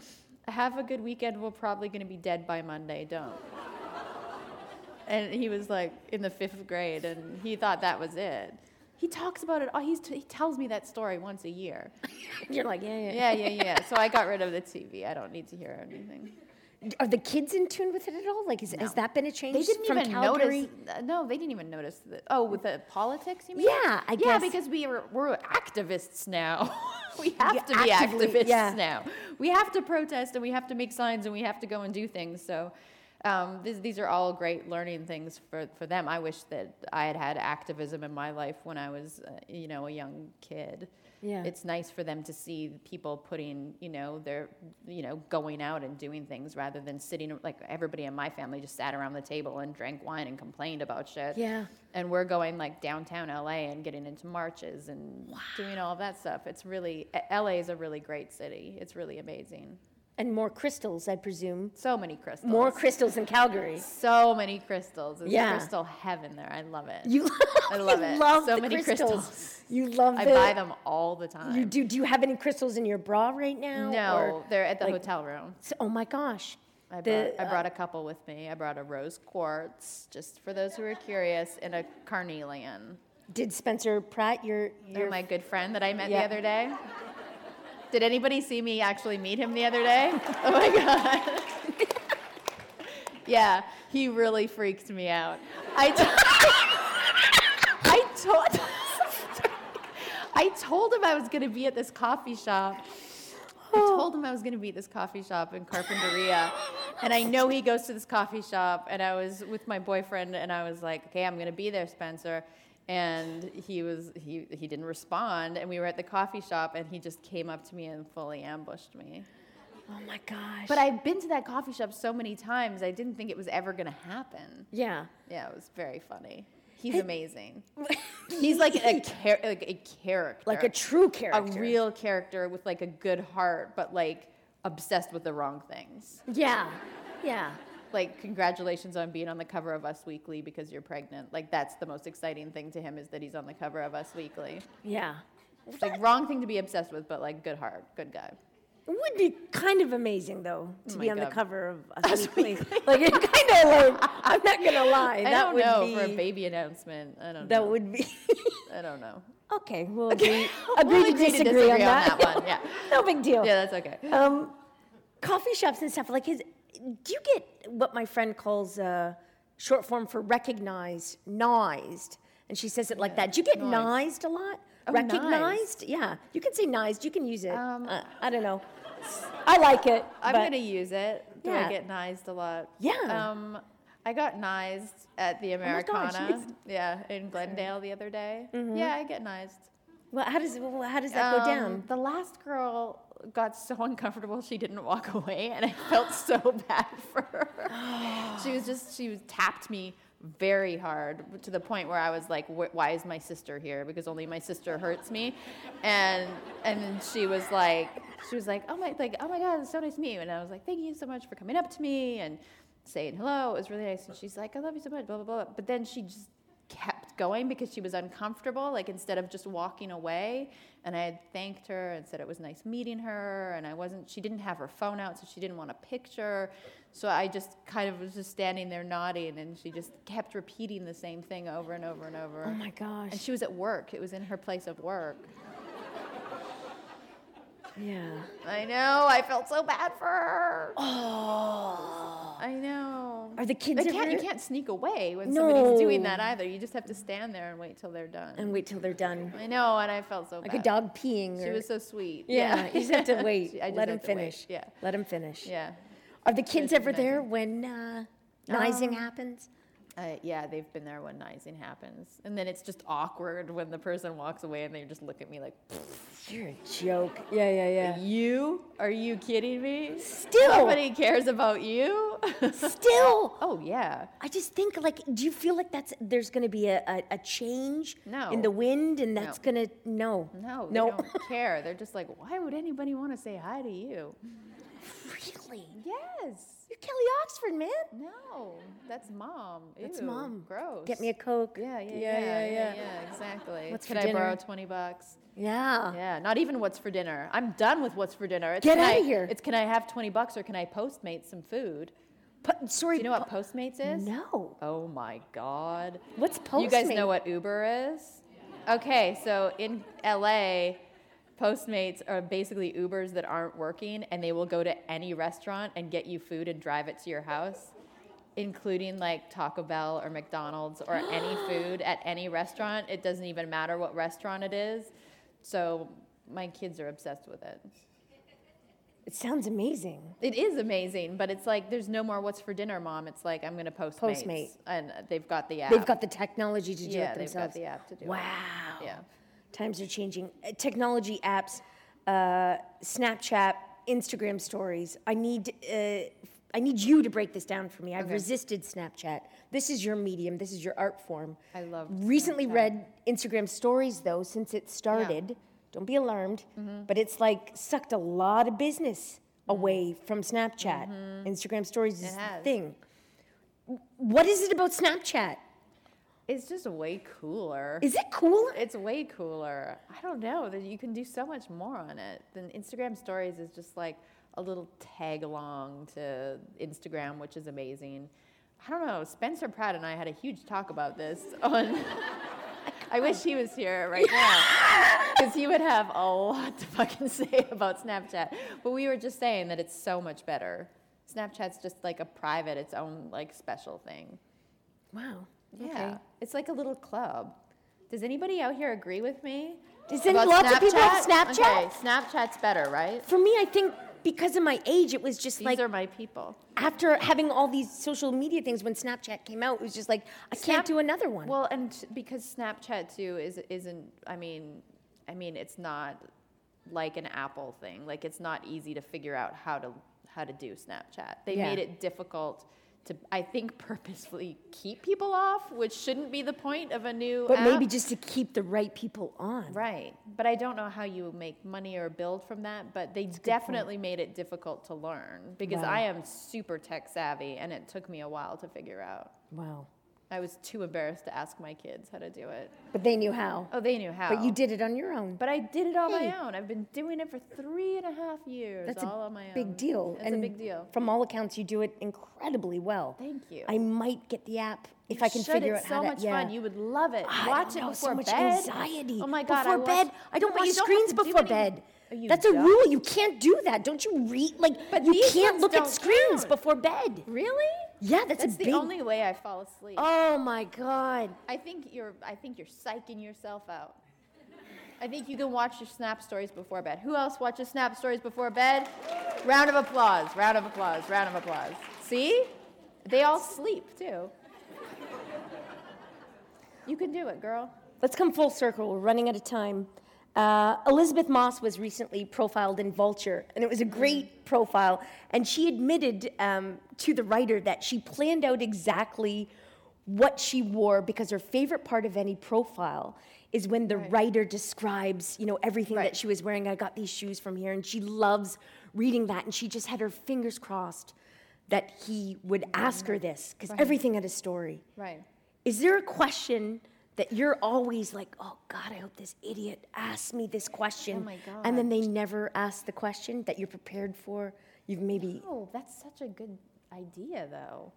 "Have a good weekend. We're probably gonna be dead by Monday. Don't." and he was like in the fifth grade, and he thought that was it. He talks about it. all he's t- he tells me that story once a year.
You're like, yeah, yeah,
Yeah, yeah, yeah. so I got rid of the TV. I don't need to hear anything.
Are the kids in tune with it at all? Like, is, has that been a change
They didn't
from
even
Calgary?
notice. uh, No, they didn't even notice. The, oh, with the politics, you mean?
Yeah, I
Yeah,
guess.
because we are, we're activists now. we have to be
actively-
activists
yeah.
now. We have to protest and we have to make signs and we have to go and do things. So um, these, these are all great learning things for, for them. I wish that I had had activism in my life when I was, uh, you know, a young kid.
Yeah.
It's nice for them to see people putting, you know, their, you know, going out and doing things rather than sitting, like everybody in my family just sat around the table and drank wine and complained about shit.
Yeah.
And we're going like downtown LA and getting into marches and doing all that stuff. It's really, LA is a really great city. It's really amazing.
And more crystals, I presume.
So many crystals.
More crystals in Calgary.
so many crystals. It's
Yeah.
crystal heaven there. I love it.
You,
I love
you
it.
Love
So
the
many
crystals.
crystals.
You love.
I
the-
buy them all the time.
You do. Do you have any crystals in your bra right now?
No,
or-
they're at the
like-
hotel room.
So- oh my gosh.
I brought,
The- uh,
I brought a couple with me. I brought a rose quartz, just for those who are curious, and a carnelian.
Did Spencer Pratt, your
They're
your
my good friend that I met
Yeah.
the other day. Did anybody see me actually meet him the other day? Oh my god. yeah, he really freaked me out. I to- I told I told him I was going to be at this coffee shop. I told him I was going to be at this coffee shop in Carpinteria. and I know he goes to this coffee shop. And I was with my boyfriend and I was like, okay, I'm going to be there, Spencer. And he was he he didn't respond, and we were at the coffee shop, and he just came up to me and fully ambushed me.
Oh my gosh.
But I've been to that coffee shop so many times, I didn't think it was ever gonna happen.
yeah.
Yeah, it was very funny. He's amazing. He's like a char- like a character,
like a true
a
character.
real character with like a good heart, but like obsessed with the wrong things.
Yeah. Yeah.
like congratulations on being on the cover of Us Weekly because you're pregnant. Like that's the most exciting thing to him is that he's on the cover of Us Weekly.
Yeah.
It's like wrong thing to be obsessed with, but like good heart, good guy.
It would be kind of amazing though to
Oh
be
my
on
God.
the cover of Us Weekly. like it kind of like I'm not gonna lie.
I
that
don't
would
know
be
for a baby announcement. I don't
that
know.
would be
I don't know.
Okay, we'll agree, agree
We'll
to
agree
disagree,
to disagree
on,
on
that.
that one, yeah.
no big deal.
Yeah, that's okay.
Um, coffee shops and stuff like his. Do you get what my friend calls uh, short form for recognized, gnized? And she says it like that. Do you get
gnized.
gnized a lot?
Oh,
recognized? Yeah, you can say gnized. You can use it.
Um,
uh, I don't know. I like it.
I'm
but-
gonna use it. Do I
Yeah.
get nized a lot?
Yeah.
Um, I got nized at the
my gosh,
Americana.
yes.
yeah, in Glendale the other day. Yeah, I get nized.
Well, how does well, how does that go
Um,
down?
The last girl got so uncomfortable she didn't walk away, and I felt so bad for her. she was just she was tapped me very hard to the point where I was like, "Wh- "Why is my sister here? Because only my sister hurts me," and and then she was like, she was like, "Oh my, like oh my god, it's so nice to meet you," and I was like, "Thank you so much for coming up to me and saying hello. It was really nice." And she's like, "I love you so much," blah blah blah. But then she just kept going because she was uncomfortable like instead of just walking away and i had thanked her and said it was nice meeting her and i wasn't she didn't have her phone out so she didn't want a picture so i just kind of was just standing there nodding and she just kept repeating the same thing over and over and over
Oh my gosh.
and she was at work it was in her place of work
yeah.
i know i felt so bad for her oh i know
Are the kids
They can't, you
ever-
can't sneak away when somebody's doing
No.
that either you just have to stand there and wait till they're done
And wait till they're done.
I know, and I felt so
Like
bad.
a dog peeing.
Uh, She
or-
was so sweet.
yeah, you just have to wait.
She- I just
Let him
had to wait,
finish.
Yeah,
Let him finish.
yeah,
Are the kids
There's
ever
nothing.
there when uh, gnizing
Um,
happens?
uh, yeah. They've been there when nicing happens, and then it's just awkward when the person walks away and they just look at me like,
You're a joke. Yeah, yeah, yeah.
"You? Are you kidding me?
Still.
nobody cares about you."
Still,
oh yeah,
I just think like, do you feel like that's there's going to be a, a, a change in
No.
the wind, and that's
No.
going to no,
no, they
no,
don't care. They're just like, "Why would anybody want to say hi to you?"
really.
Yes,
You're Kelly Oxford, man.
no, that's mom.
That's
Ew,
mom.
Gross.
Get me a coke.
Yeah, yeah, yeah,
yeah, yeah.
yeah, yeah, exactly.
What's for
Can I borrow
dinner?
twenty bucks?
Yeah.
Yeah, not even what's for dinner. I'm done with what's for dinner. It's
Get
can
outta
I-
here.
It's can I have 20 bucks or can I Postmate some food?
Po- sorry.
Do you know what Postmates is?
No.
Oh my God.
What's Postmate?
You guys know what Uber is? Okay, so in LA, Postmates are basically Ubers that aren't working and they will go to any restaurant and get you food and drive it to your house. Including like Taco Bell or McDonald's or any food at any restaurant. It doesn't even matter what restaurant it is. So my kids are obsessed with it.
It sounds amazing.
It is amazing, but it's like there's no more what's for dinner, mom. It's like I'm gonna Postmates.
Postmate.
And they've got the app.
They've got the technology to do
Yeah,
it
they've got
themselves.
the app to do it.
wow.
Yeah.
Times are changing. Uh, Technology apps, uh, Snapchat, Instagram stories. I need uh, I need you to break this down for me. I've
Okay.
resisted Snapchat. This is your medium. This is your art form.
I love
Recently
Snapchat.
read Instagram stories though since it started. Don't be alarmed,
Mm-hmm.
but it's like sucked a lot of business away from Snapchat. Instagram stories is the
Mm-hmm. has.
thing. W- What is it about Snapchat?
It's just way cooler.
Is it cool?
It's way cooler. I don't know that you can do so much more on it than Instagram stories is just like a little tag along to Instagram, which is amazing. I don't know. Spencer Pratt and I had a huge talk about this on. I wish he was here right now because he would have a lot to fucking say about Snapchat. But we were just saying that it's so much better. Snapchat's just like a private, its own like special thing.
Wow.
Yeah. It's like a little club. Does anybody out here agree with me?
Does any- lots of people have
Okay,
Snapchat?
Snapchat's better, right?
For me, I think because of my age, it was just
These
like
are my people.
after having all these social media things when Snapchat came out, it was just like I can't
Snap-
do another one.
Well, and t- because Snapchat too is isn't I mean, I mean it's not like an Apple thing. Like it's not easy to figure out how to how to do Snapchat. They
Yeah.
made it difficult to I think purposefully keep people off, which shouldn't be the point of a new
But maybe
app.
just to keep the right people on.
Right. But I don't know how you make money or build from that, but they definitely made it difficult to learn because I am super tech savvy and it took me a while to figure out.
Wow.
I was too embarrassed to ask my kids how to do it.
But they knew how.
Oh, they knew how.
But you did it on your own.
But I did it on
Hey.
my own. I've been doing it for three and a half years.
That's
all
a
on my own.
big deal.
It's
and
a big deal.
From all accounts, you do it incredibly well.
Thank you.
I might get the app if I can
Should,
figure out
it's
how
so
to.
much
yeah.
fun. You would love it.
I
watch
don't
it
know,
before
so much
bed.
anxiety.
Oh my god!
Before
I watch,
bed, I don't
but
want
you
use
don't have
screens
to do
before
anything.
bed.
Oh, you
That's a
don't?
rule. You can't do that. Don't you read? Like, you
these
can't
ones
look at
don't
screens
count.
before bed.
Really?
Yeah, that's,
That's
a
the
big.
only way I fall asleep.
oh my god.
I think you're. I think you're psyching yourself out. I think you can watch your snap stories before bed. Who else watches snap stories before bed? round of applause. Round of applause. Round of applause. See? They all sleep too. You can do it, girl.
Let's come full circle. We're running out of time. Uh, Elizabeth Moss was recently profiled in Vulture, and it was a great profile. And she admitted um, to the writer that she planned out exactly what she wore because her favorite part of any profile is when the writer describes, you know, everything
Right.
that she was wearing. I got these shoes from here, and she loves reading that. And she just had her fingers crossed that he would ask her this because everything had a story.
Right.
Is there a question that you're always like, oh God, I hope this idiot asks me this question?
Oh my
And then they never ask the question that you're prepared for. You've maybe.
Oh, that's such a good idea, though.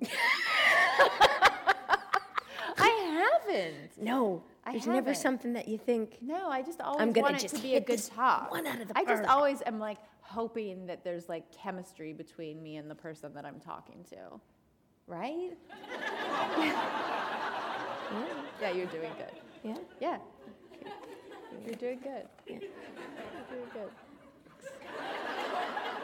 I haven't.
No,
I
there's never
haven't.
something that you think.
No, I just always
gonna
want it
just
to be a
hit
good
this
talk.
one out of the
I just
park.
always am like hoping that there's like chemistry between me and the person that I'm talking to. Right? yeah, you're doing good.
Yeah.
Yeah. You're doing good. You're doing good.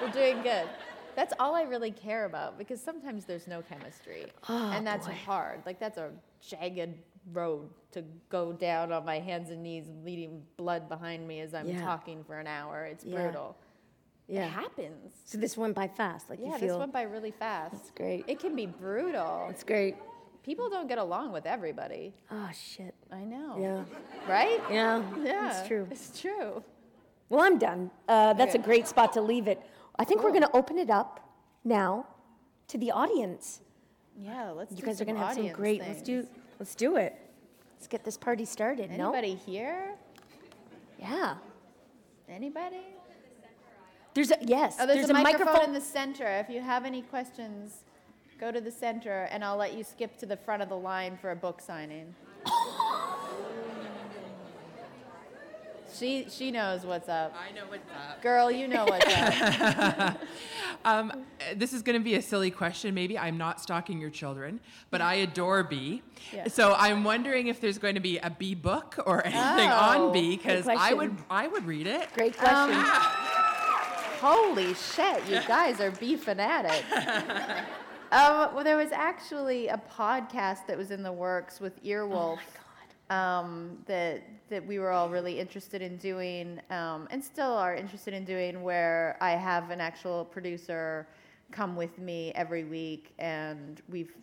You're doing good. That's all I really care about because sometimes there's no chemistry.
Oh,
and that's hard. Like, that's a jagged road to go down on my hands and knees, leading blood behind me as I'm
Yeah.
talking for an hour. It's
Yeah.
brutal. It
Yeah.
happens.
So this went by fast. Like
Yeah,
you feel.
this went by really fast. That's
great.
It can be brutal.
It's great.
People don't get along with everybody.
Oh shit.
I know.
Yeah.
Right?
Yeah.
Oh. Yeah.
That's true.
It's true.
Well, I'm done. Uh, that's
Okay.
a great spot to leave it. I think we're going to open it up now to the audience.
Yeah, let's.
You
do
guys are
going to
have some great. Let's do. Let's do it. Let's get this party started.
Anybody here?
No. Yeah.
Anybody?
There's a yes.
Oh, there's, a, microphone, in the center. If you have any questions, go to the center, and I'll let you skip to the front of the line for a book signing. she she knows what's up.
I know what's up.
Girl, you know what's up.
Um, uh, this is going to be a silly question. Maybe I'm not stalking your children, but I adore Bee.
Yeah.
So I'm wondering if there's going to be a Bee book or anything
Oh,
on Bee because I would
question.
I would read it.
Um,
Great question.
Holy shit, you guys are bee fanatics. um, well, there was actually a podcast that was in the works with
Oh
Earwolf. Um, that that we were all really interested in doing, um, and still are interested in doing, where I have an actual producer come with me every week, and we've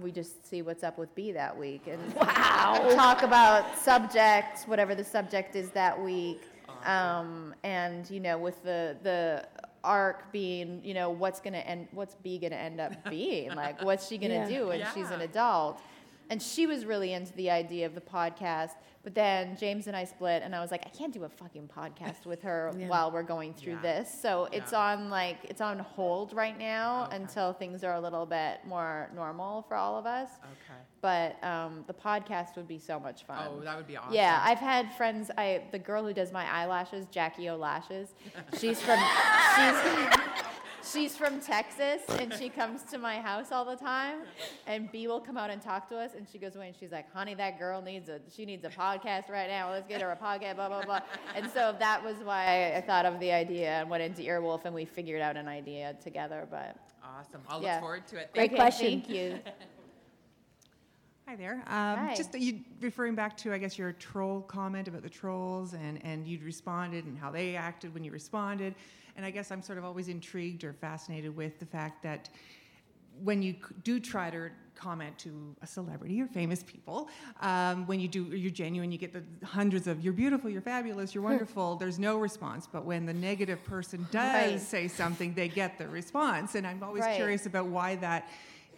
we just see what's up with B that week, and talk about subjects, whatever the subject is that week. Um, and you know, with the the arc being, you know, what's gonna end, what's B gonna end up being? Like, what's she gonna do when she's an adult? And she was really into the idea of the podcast. But then James and I split, and I was like, I can't do a fucking podcast with her while we're going through this. So it's on like it's on hold right now until things are a little bit more normal for all of us
Okay.
but um, the podcast would be so much fun.
Oh, that would be awesome.
Yeah, I've had friends. I the girl who does my eyelashes, Jackie O Lashes. She's from she's she's from Texas, and she comes to my house all the time. And B will come out and talk to us, and she goes away, and she's like, "Honey, that girl needs a she needs a podcast right now. Let's get her a podcast." Blah blah blah. And so that was why I thought of the idea and went into Earwolf, and we figured out an idea together. But
Awesome. I'll
Yeah.
look forward to it.
Great
Okay,
question.
Thank you.
Hi there. Um,
Hi.
Just that you referring back to, I guess, your troll comment about the trolls and, and you'd responded and how they acted when you responded. And I guess I'm sort of always intrigued or fascinated with the fact that when you c- do try to comment to a celebrity or famous people, um, when you do, you're genuine, you get the hundreds of "you're beautiful," "you're fabulous," "you're wonderful." There's no response, but when the negative person does
Right.
say something, they get the response, and I'm always
Right.
curious about why that.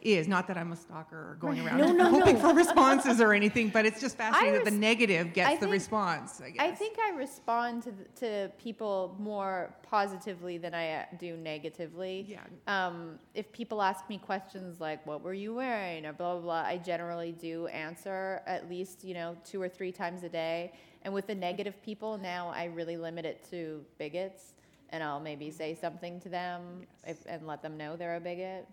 Is not that I'm a stalker or going around hoping for responses or anything, but it's just fascinating that the
res-
negative gets
I
the
think-
response. I, guess.
I think I respond to, th- to people more positively than I uh, do negatively.
Yeah.
Um, if people ask me questions like, what were you wearing? Or blah, blah, blah, I generally do answer at least, you know, two or three times a day. And with the negative people, now I really limit it to bigots. And I'll maybe
Mm-hmm.
say something to them if, and let them know they're a bigot.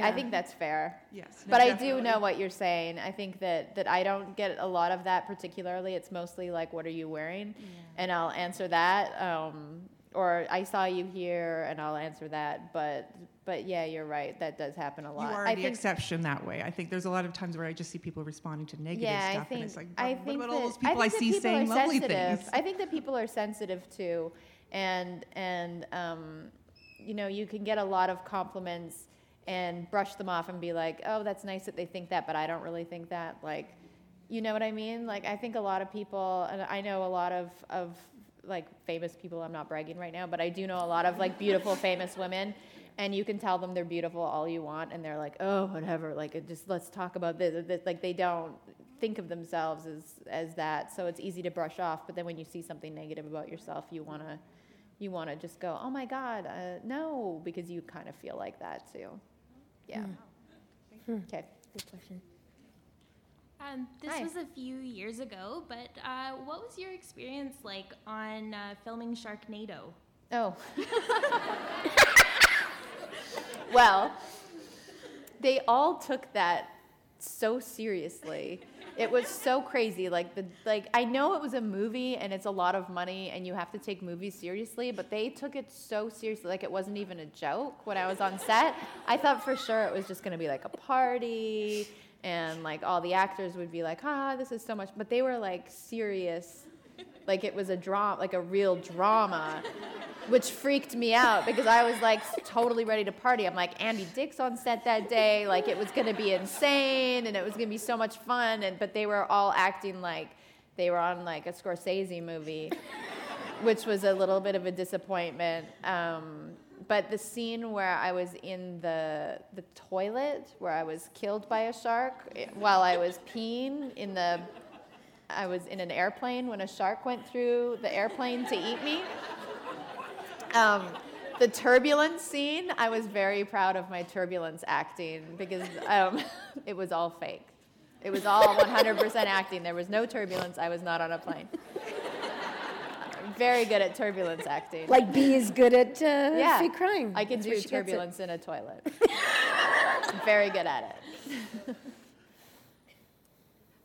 I think that's fair.
Mm-hmm. Yes, no,
But I do
definitely.
know what you're saying. I think that, that I don't get a lot of that particularly. It's mostly like, what are you wearing? And I'll answer that. Um, or I saw you here and I'll answer that. But, but yeah, you're right. That does happen a lot.
You are
I
the
think,
exception that way. I think there's a lot of times where I just see people responding to negative
yeah,
stuff,
I think,
and it's like,
I
"But
think
what
that,
about all those people I,
I think that
see
people
saying
are
lovely
sensitive.
things?
I think that people are sensitive too. And, and, um, you know, you can get a lot of compliments and brush them off and be like, oh, that's nice that they think that, but I don't really think that. Like, you know what I mean? Like, I think a lot of people, and I know a lot of, of like famous people, I'm not bragging right now, but I do know a lot of like beautiful, famous women. And you can tell them they're beautiful all you want, and they're like, oh, whatever. Like, it just let's talk about this, or this. Like, they don't think of themselves as as that, so it's easy to brush off. But then when you see something negative about yourself, you wanna you want to just go, oh my God, uh, no, because you kind of feel like that too. Yeah. Okay.
Um, this
Hi.
was a few years ago, but uh, what was your experience like on uh, filming Sharknado?
Oh. well, they all took that so seriously. It was so crazy. Like the like I know it was a movie and it's a lot of money and you have to take movies seriously, but they took it so seriously. Like it wasn't even a joke when I was on set. I thought for sure it was just gonna be like a party and like all the actors would be like, ah, this is so much but they were like serious like it was a drama, like a real drama, which freaked me out because I was like totally ready to party. I'm like Andy Dick's on set that day, like it was gonna be insane and it was gonna be so much fun. And but they were all acting like they were on like a Scorsese movie which was a little bit of a disappointment. Um, but the scene where I was in the the toilet, where I was killed by a shark eh, while I was peeing in the, I was in an airplane when a shark went through the airplane to eat me. Um, the turbulence scene, I was very proud of my turbulence acting because um, it was all fake. It was all 100% acting. There was no turbulence. I was not on a plane very good at turbulence acting.
Like B is good at uh,
yeah,
fake crime.
I can
That's where
do
she gets it.
turbulence in a toilet. very good at it.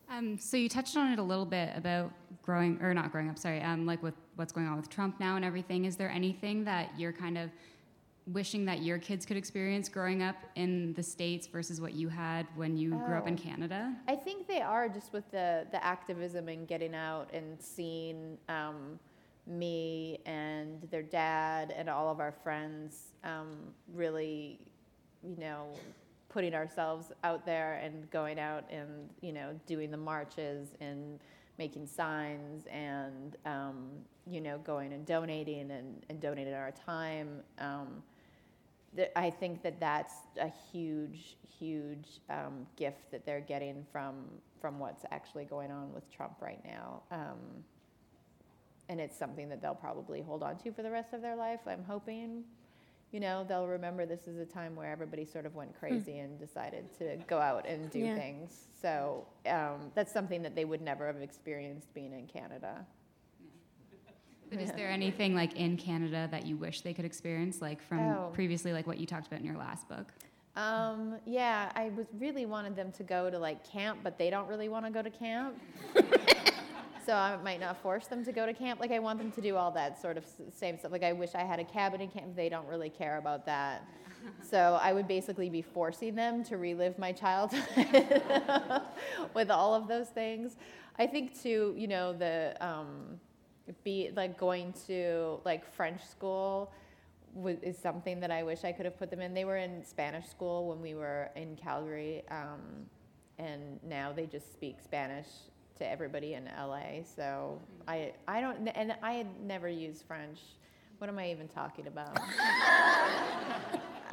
Um, so you touched on it a little bit about growing or not growing up. Sorry, um, like with what's going on with Trump now and everything. Is there anything that you're kind of wishing that your kids could experience growing up in the states versus what you had when you grew up in
Oh.
Canada?
I think they are just with the the activism and getting out and seeing um, me and their dad and all of our friends um, really, you know, putting ourselves out there and going out and you know doing the marches and making signs and um, you know going and donating and, and donating our time. Um, th- I think that that's a huge, huge um, gift that they're getting from from what's actually going on with Trump right now, um, and it's something that they'll probably hold on to for the rest of their life. I'm hoping, you know, they'll remember this is a time where everybody sort of went crazy and decided to go out and do
Yeah.
things. So um, that's something that they would never have experienced being in Canada.
But is there anything like in Canada that you wish they could experience, like from
Oh.
previously, like what you talked about in your last book?
Um, yeah, I was really wanted them to go to like camp, but they don't really want to go to camp. so I might not force them to go to camp. Like I want them to do all that sort of s- same stuff. Like I wish I had a cabin in camp. They don't really care about that. So I would basically be forcing them to relive my childhood with all of those things. I think too, you know, the um, be like going to like French school was, is something that I wish I could have put them in. They were in Spanish school when we were in Calgary, um, and now they just speak Spanish to everybody in LA. So I, I don't, and I had never used French. What am I even talking about?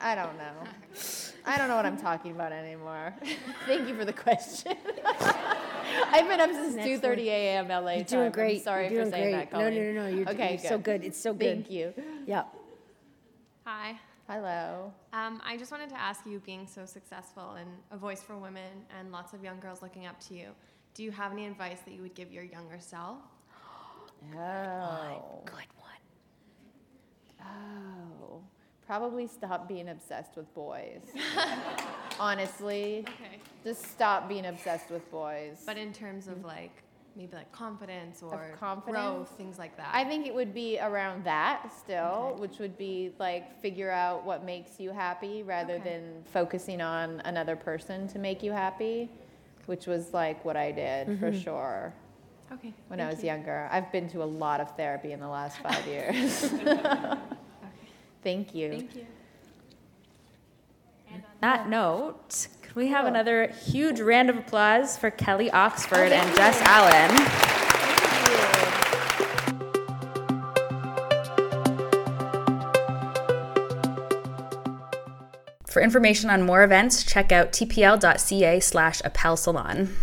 I don't know. I don't know what I'm talking about anymore. Thank you for the question. I've been up since 2:30 a.m. LA
You're
time.
doing
I'm
great.
sorry
You're
for
doing
saying
great.
that.
No, no,
Colleen.
no, no. You're,
okay,
you're so good. It's so good.
Thank you.
Yeah.
Hi.
Hello.
Um, I just wanted to ask you, being so successful and a voice for women and lots of young girls looking up to you, do you have any advice that you would give your younger self?
Oh.
Good one.
Oh. Probably stop being obsessed with boys. Honestly,
Okay.
just stop being obsessed with boys.
But in terms of like maybe like confidence or
Mm-hmm. confidence?
growth, things like that.
I think it would be around that still, which would be like figure out what makes you happy rather
Okay.
than focusing on another person to make you happy, which was like what I did for sure
okay.
when I
Mm-hmm. thank
was
you.
younger. I've been to a lot of therapy in the last five years. Thank you.
Thank you.
that note, could we have another huge round of applause for Kelly Oxford and Jess Allen? For information on more events, check out tpl.ca slash appel salon.